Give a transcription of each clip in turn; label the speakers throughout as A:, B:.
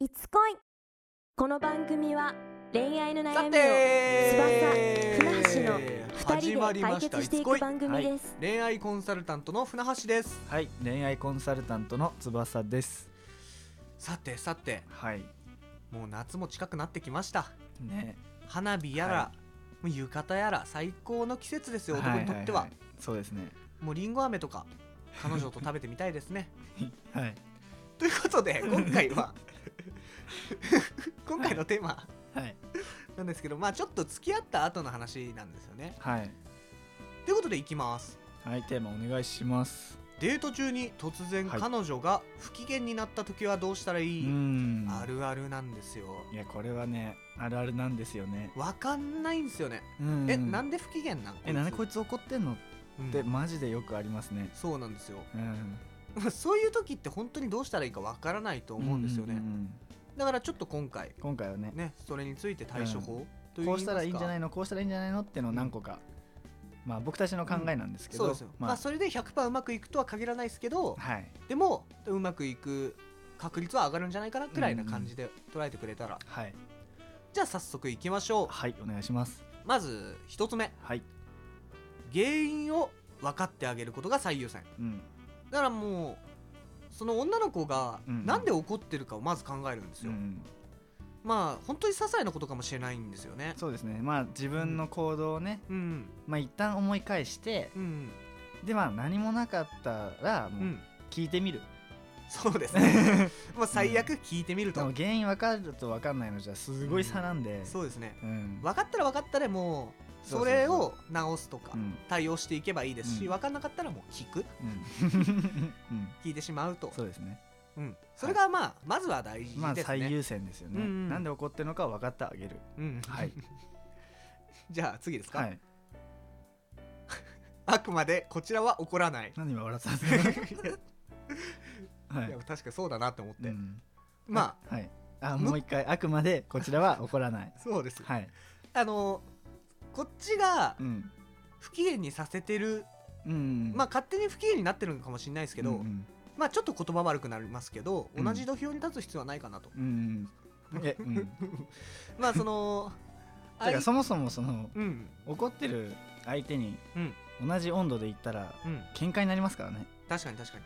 A: いつ恋この番組は恋愛の
B: さ
A: 悩みを
B: て
A: 翼船橋の二
B: 始ま
A: 人で
B: りま
A: 解
B: した
A: 決してい
B: つこ
A: く番組です、
B: 恋愛コンサルタントの船橋です
C: はい、恋愛コンサルタントの翼です。
B: さてさて
C: はい、
B: もう夏も近くなってきました
C: ね、
B: 花火やら、
C: は
B: もう浴衣やら最高の季節ですよ男にとっては,、
C: いいいそうですね。
B: もうりんご飴とか彼女と食べてみたいですね
C: はい、
B: ということで今 回は今回のテーマ
C: はい、
B: なんですけどまあちょっと付き合った後の話なんですよね
C: はい、
B: ということでいきます
C: はい、テーマお願いします。
B: デート中に突然
C: はい
B: 彼女が不機嫌になった時はどうしたら
C: う
B: いい、
C: ん、
B: あ。るあるなんですよ
C: いや、これはね、あるあるなんですよね。
B: わかんないんですよね、
C: うん
B: えなんで不機嫌なの
C: え、なんでこいつ怒ってんのっ
B: うん
C: て、マジでよくありますね。
B: そうなんですよ
C: うん、
B: そういう時って本当にどうしたらいいかわからないと思うんですよね、
C: ううん
B: だからちょっと今回
C: 今回はね、
B: ねそれについて対処法といいますか、
C: こうしたらいいんじゃないいの、こうしたらいいんじゃないのってのを何個か。まあ、僕たちの考えなんですけ
B: そ
C: ど。
B: うですよ、まあ、
C: まあ、
B: それで100%うまくいくとは限らないですけど
C: はい、
B: でもうまくいく確率は上がるんじゃないかなくらいな感じで捉えてくれたら、
C: はい、
B: じゃあ早速いきましょう
C: はい、お願いします。
B: まず1つ目
C: はい、
B: 原因を分かってあげることが最優先
C: うん、
B: だからもうその女の子が
C: うん
B: なんで怒ってるかをまず考えるんです
C: う
B: よ、
C: ん。
B: まあ本当に些細なことかもしれないんですよね
C: そうですねまあ自分の行動をね、
B: うん
C: まあ一旦思い返して
B: うん
C: でまあ何もなかったら
B: う
C: もうん聞いてみる、
B: そうですねまあ最悪聞いてみる
C: で
B: と、
C: も原因分かると分かんないのじゃすごい差なんで、
B: そうですね
C: うん
B: 分かったら分かったでもう
C: そう
B: そ
C: そうそう
B: れを直すとか
C: うん
B: 対応していけばいいですし、
C: うん
B: 分かんなかったらもう聞く
C: うん うん
B: 聞いてしまうと
C: そうですね
B: うん、それがまあ、まずは大事ですね、
C: まあ最優先ですよね、
B: うんうん
C: なんで怒ってるのか分かってあげる
B: うん、
C: はい
B: じゃあ次ですか、
C: はい
B: あくまでこちらは怒ら ない
C: 何今笑ってたんですかはい
B: いや確かにそうだなって思って、
C: うん
B: ま
C: あはいあもう一回あくまでこちらは怒らない
B: あそうです、
C: はい
B: あのこっちが
C: うん
B: 不機嫌にさせてる、
C: うん
B: まあ勝手に不機嫌になってるのかもしれないですけど、
C: うんうん
B: まあちょっと言葉悪くなりますけど
C: うん
B: 同じ土俵に立つ必要はないかなと、
C: うんうんえうん
B: まあその
C: てか
B: あい
C: そもそもその
B: うん
C: 怒ってる相手に
B: うん
C: 同じ温度で言ったら
B: うん
C: 喧嘩になりますからね、
B: 確かに確か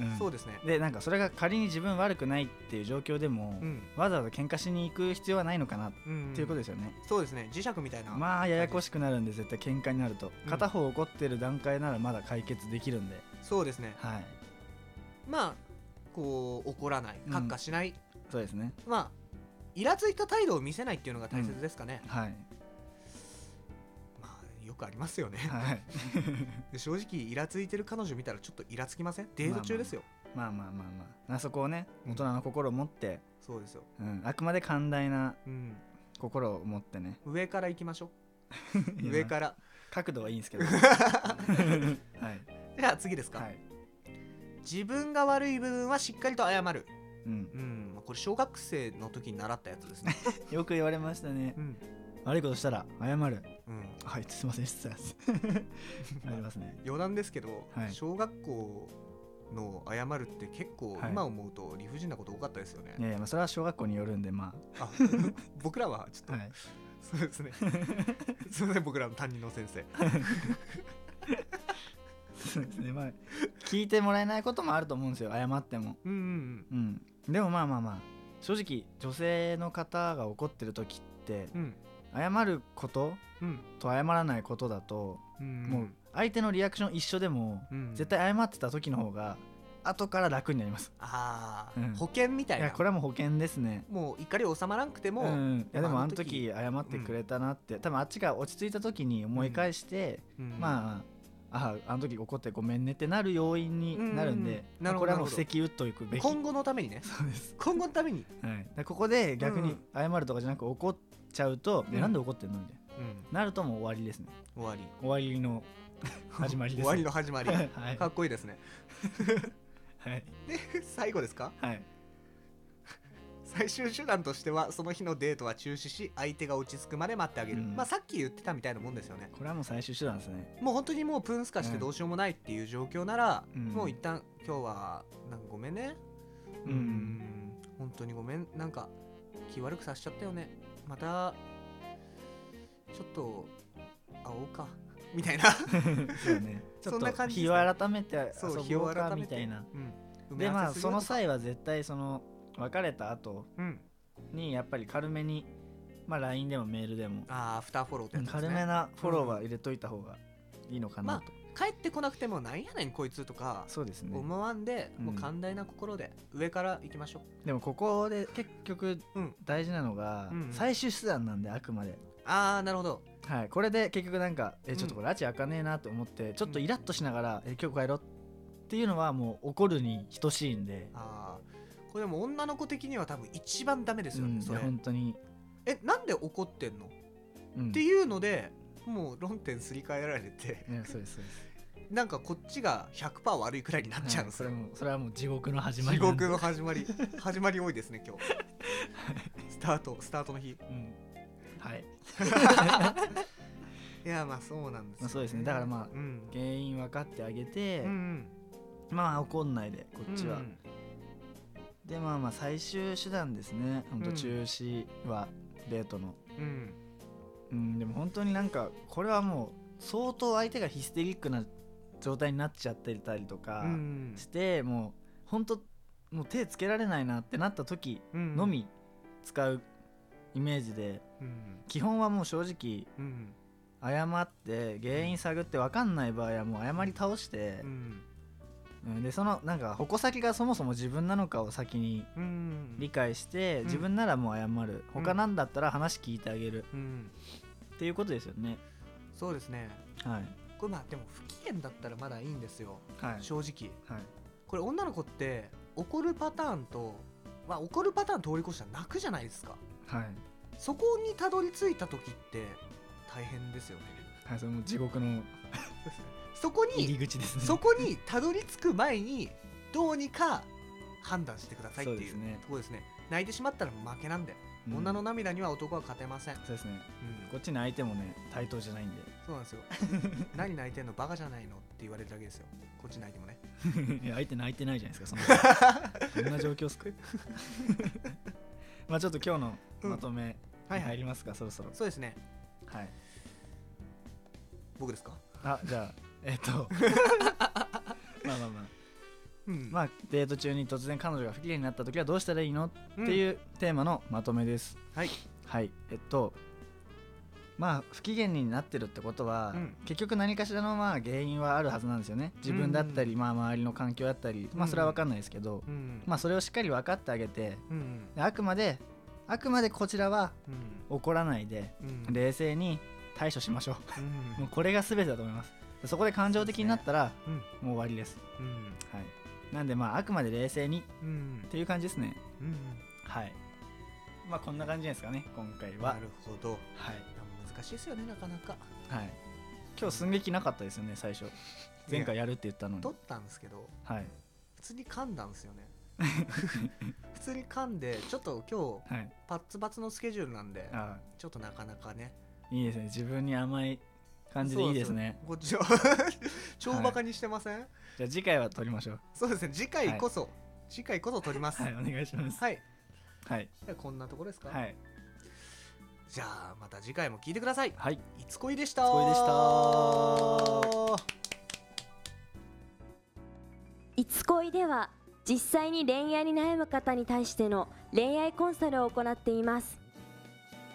B: に、
C: うん
B: そうですね
C: でなんかそれが仮に自分悪くないっていう状況でも、
B: うん
C: わざわざ喧嘩しに行く必要はないのかなっ
B: うん
C: ていうことですよね、
B: そうですね磁石みたいな、
C: まあややこしくなるんで絶対喧嘩になると、
B: うん
C: 片方怒ってる段階ならまだ解決できるんで
B: そうですね
C: はい
B: まあこう怒らない
C: うん
B: カッカしない、
C: そうですね
B: まあイラついた態度を見せないっていうのが大切ですかね、
C: はい
B: まあよくありますよね、
C: はい
B: で正直イラついてる彼女見たらちょっとイラつきませんデート中ですよ、
C: まあまあまあまああそこをね大人の心を持って、
B: そうですよ、
C: うんあくまで寛大な
B: うん、
C: 心を持っ てね
B: 上から行きましょう上
C: ら
B: から
C: 角度はいいんで すけどはい
B: じゃあ次ですか、
C: はい
B: 自分が悪い部分はしっかりと謝る
C: うん
B: うんまあこれ小学生の時に習ったやつ ですね
C: よく言われましたね
B: うん、
C: 悪いことしたら謝る
B: うん、
C: はいすいません失礼します ありますね
B: 余談ですけど、
C: はい
B: 小学校の謝るって結構
C: はい
B: 今思うと理不尽なこと多かったですよね、
C: いやいやまあそれは小学校によるんでま
B: あ 僕らはちょっと、
C: あはい
B: そうですねすいません僕らの担任の先生
C: そうですねまあ聞いてもらえないこともあると思うんですよ謝っても
B: うんうん
C: うんでもまあまあまあ正直女性の方が怒ってる時って
B: うん
C: 謝ること
B: うん
C: と謝らないことだと
B: うん
C: もう相手のリアクション一緒でも
B: うん
C: 絶対謝ってた時の方が後から楽になります
B: ああ、
C: うん
B: 保険みたい
C: い
B: な
C: やこれはもう保険ですね
B: もう怒り収まらんくても、
C: うん、いやでも
B: あ
C: あ
B: の
C: の
B: 時
C: 時謝ってくれたなって、多分あっちが落ち着いた時に思い返して、
B: うん
C: まあああの時怒ってごめんねってなる要因になるんで、
B: うんなるほど
C: これはもう布石打っといくべき
B: 今後のためにね
C: そうです、
B: 今後のために、
C: はい、だからここで逆
B: う
C: に
B: ん
C: 謝るとかじゃなく怒っちゃうと、
B: うん
C: いやなんで怒ってんのみたい
B: うん、
C: ななるともう終わりですね
B: 終わり
C: 終わり の始まりです
B: 終わりの始まり
C: はい
B: かっこいいですね
C: はい
B: 最後ですか
C: はい
B: 最終手段としてはその日のデートは中止し相手が落ち着くまで待ってあげる、
C: うん
B: まあさっき言ってたみたいなもんですよね
C: これはもう最終手段で すね
B: もう本当にもうプンスカしてどうしようもないっていう状況なら、
C: うん
B: もう一旦今日はなんかごめんね
C: うん
B: 本当にごめんなんか気悪くさせちゃったよねまたちょっと会おうかみ たいな
C: そうねちょ
B: そ
C: っ
B: んな
C: と
B: 感じ
C: 日
B: です
C: を
B: か
C: 改めて遊
B: そう日
C: ぼ
B: を
C: うか
B: 改
C: み
B: め
C: た
B: て
C: いな、
B: うん、埋
C: で
B: め合
C: ま
B: わ
C: あ
B: せするよ
C: その
B: と
C: 際は絶対その別れた後
B: うん
C: にやっぱり軽めにまあ LINE でもメールでも
B: ああアフターフォローってやつです
C: 軽め
B: ね
C: なフォローは入れといた方がいいのかなと、
B: 帰ってこなくてもなんやねんこいつとか
C: そうですね
B: 思わんで、
C: うん
B: もう寛大な心で上から行きましょう
C: でもここで結局
B: うん
C: 大事なのが
B: うんうん
C: 最終手段なんであくまで、
B: ああなるほど
C: はい、これで結局なんかえちょっと
B: う
C: これ拉致開かねえなと思ってちょっとイラッとしながら、え今日帰ろうっていうのはもう怒るに等しいんで、
B: ああこれでも女の子的には多分一番ダメです
C: う
B: よね、
C: ん、い
B: そ
C: や
B: れ
C: 本当に、
B: えなんで怒ってんの、
C: うん、
B: っていうのでもう論点すり替えられて
C: ねそうですそうです
B: なんかこっちが100%悪いくらいになっちゃうん
C: は
B: で
C: い
B: す
C: そ
B: よ
C: れもそれはもう地獄の始ま
B: 地
C: りなん
B: 獄
C: で
B: の始ま り始まり多いですね今日スタートスタートの日い
C: うんはい、
B: やまあそうなんですよ、
C: まあそうですねだからまあ
B: うん
C: 原因分かってあげて、
B: うんうん
C: まあ怒んないでこっちは、
B: うん
C: でまあまあ最終手段ですね本当
B: うん
C: 中止はデートの
B: うん
C: うんでも本当になんかこれはもう相当相手がヒステリックな状態になっちゃってたりとか
B: うん
C: して、もう本当もう手つけられないなってなった時
B: うん
C: のみ使うイメージで、
B: うん
C: 基本はもう正直
B: うん
C: 謝って原因探って分かんない場合はもう謝り倒して
B: う、ん
C: うんでそのなんか矛先がそもそも自分なのかを先に
B: うん
C: 理解して、
B: ん
C: 自分ならもう謝る
B: うん
C: 他なんだったら話聞いてあげる、
B: うん
C: っていうことですよね
B: そうですね
C: はい
B: これまあでも不機嫌だったらまだいいんですよ
C: はい
B: 正直
C: はい
B: これ女の子って怒るパターンとまあ怒るパターン通り越したら泣くじゃないですか
C: はい
B: そこにたどり着いた時って大変ですよね
C: はい、それも地獄の
B: そこ
C: 入
B: に
C: り口ですね。
B: そこにたどり着く前にどうにか判断してくださいって
C: そう
B: い
C: です
B: う
C: ね
B: ところですね泣いてしまったら負けなんで、
C: うん
B: 女の涙には男は勝てません、うん、
C: そうですね。こっちの相手もね、対等じゃない んで。
B: そうなんです よ何泣いてんのバカじゃないのって言われるだけですよこっち泣いてもね
C: いや相手泣いてないじゃないですか、そ んな。どんな状況っすか。 まあちょっと今日のまとめ、
B: はいは
C: 入
B: い
C: りますか、そろそろ。
B: そうですね
C: はい。
B: 僕ですか
C: あ、じゃあ、え っと。まあまあまあ。
B: うん
C: まあ、デート中に突然彼女が不機嫌になった時はどうしたらいいのって
B: う
C: い
B: ん
C: うテーマのまとめです。
B: はい
C: はい。えっと、まあ、不機嫌になってるってことは、
B: うん
C: 結局何かしらのまあ原因はあるはずなんですよね。自分だったり、
B: う
C: まあ、周りの環境だったり、まあ、それは分かんないですけど、
B: うん
C: まあ、それをしっかり分かってあげて、
B: うん
C: であくまで、あくまでこちらは
B: うん
C: 怒らないで、
B: うん
C: 冷静に対処しましょ
B: う
C: う。もうんこれが全てだと思います。でそこで感情的になったら、
B: うん
C: もう終わりです。
B: うん
C: はい。なんで、まあ、あくまで冷静に
B: うん
C: っていう感じですね。
B: うん
C: はい。まあこんな感じですかね、今回は。
B: なるほど
C: はい。
B: 難しいですよねなかなか
C: はい。今日寸劇なかったですよね、最初。前回やるって言ったのに。
B: 取ったんですけど
C: はい。
B: 普通に噛んだんですよ ね普通に噛んでちょっと今日
C: はい。
B: パッツパツのスケジュールなんで
C: あ
B: ちょっとなかなかね
C: あいいですね。自分に甘い感じでいいですね。
B: そうそうこ っちを超バカにしてません、
C: じゃあ次回は撮りましょう。
B: そうですね次回こそ、次回こそ取ります
C: はい、お願いします。
B: はい
C: はい。
B: じゃあこんなとこですか、
C: はい。
B: じゃあまた次回も聞いてください
C: はい。
B: いつこいでした
C: いつこいでした
A: いつ恋では実際に恋愛に悩む方に対しての恋愛コンサルを行っています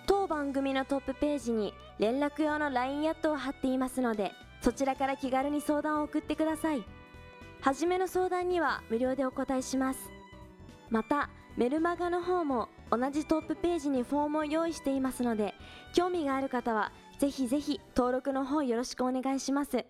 A: 当番組のトップページに連絡用の LINE アットを貼っていますのでそちらから気軽に相談を送ってください初めの相談には無料でお答えしますまたメルマガの方も同じトップページにフォームを用意していますので興味がある方はぜひぜひ登録の方よろしくお願いします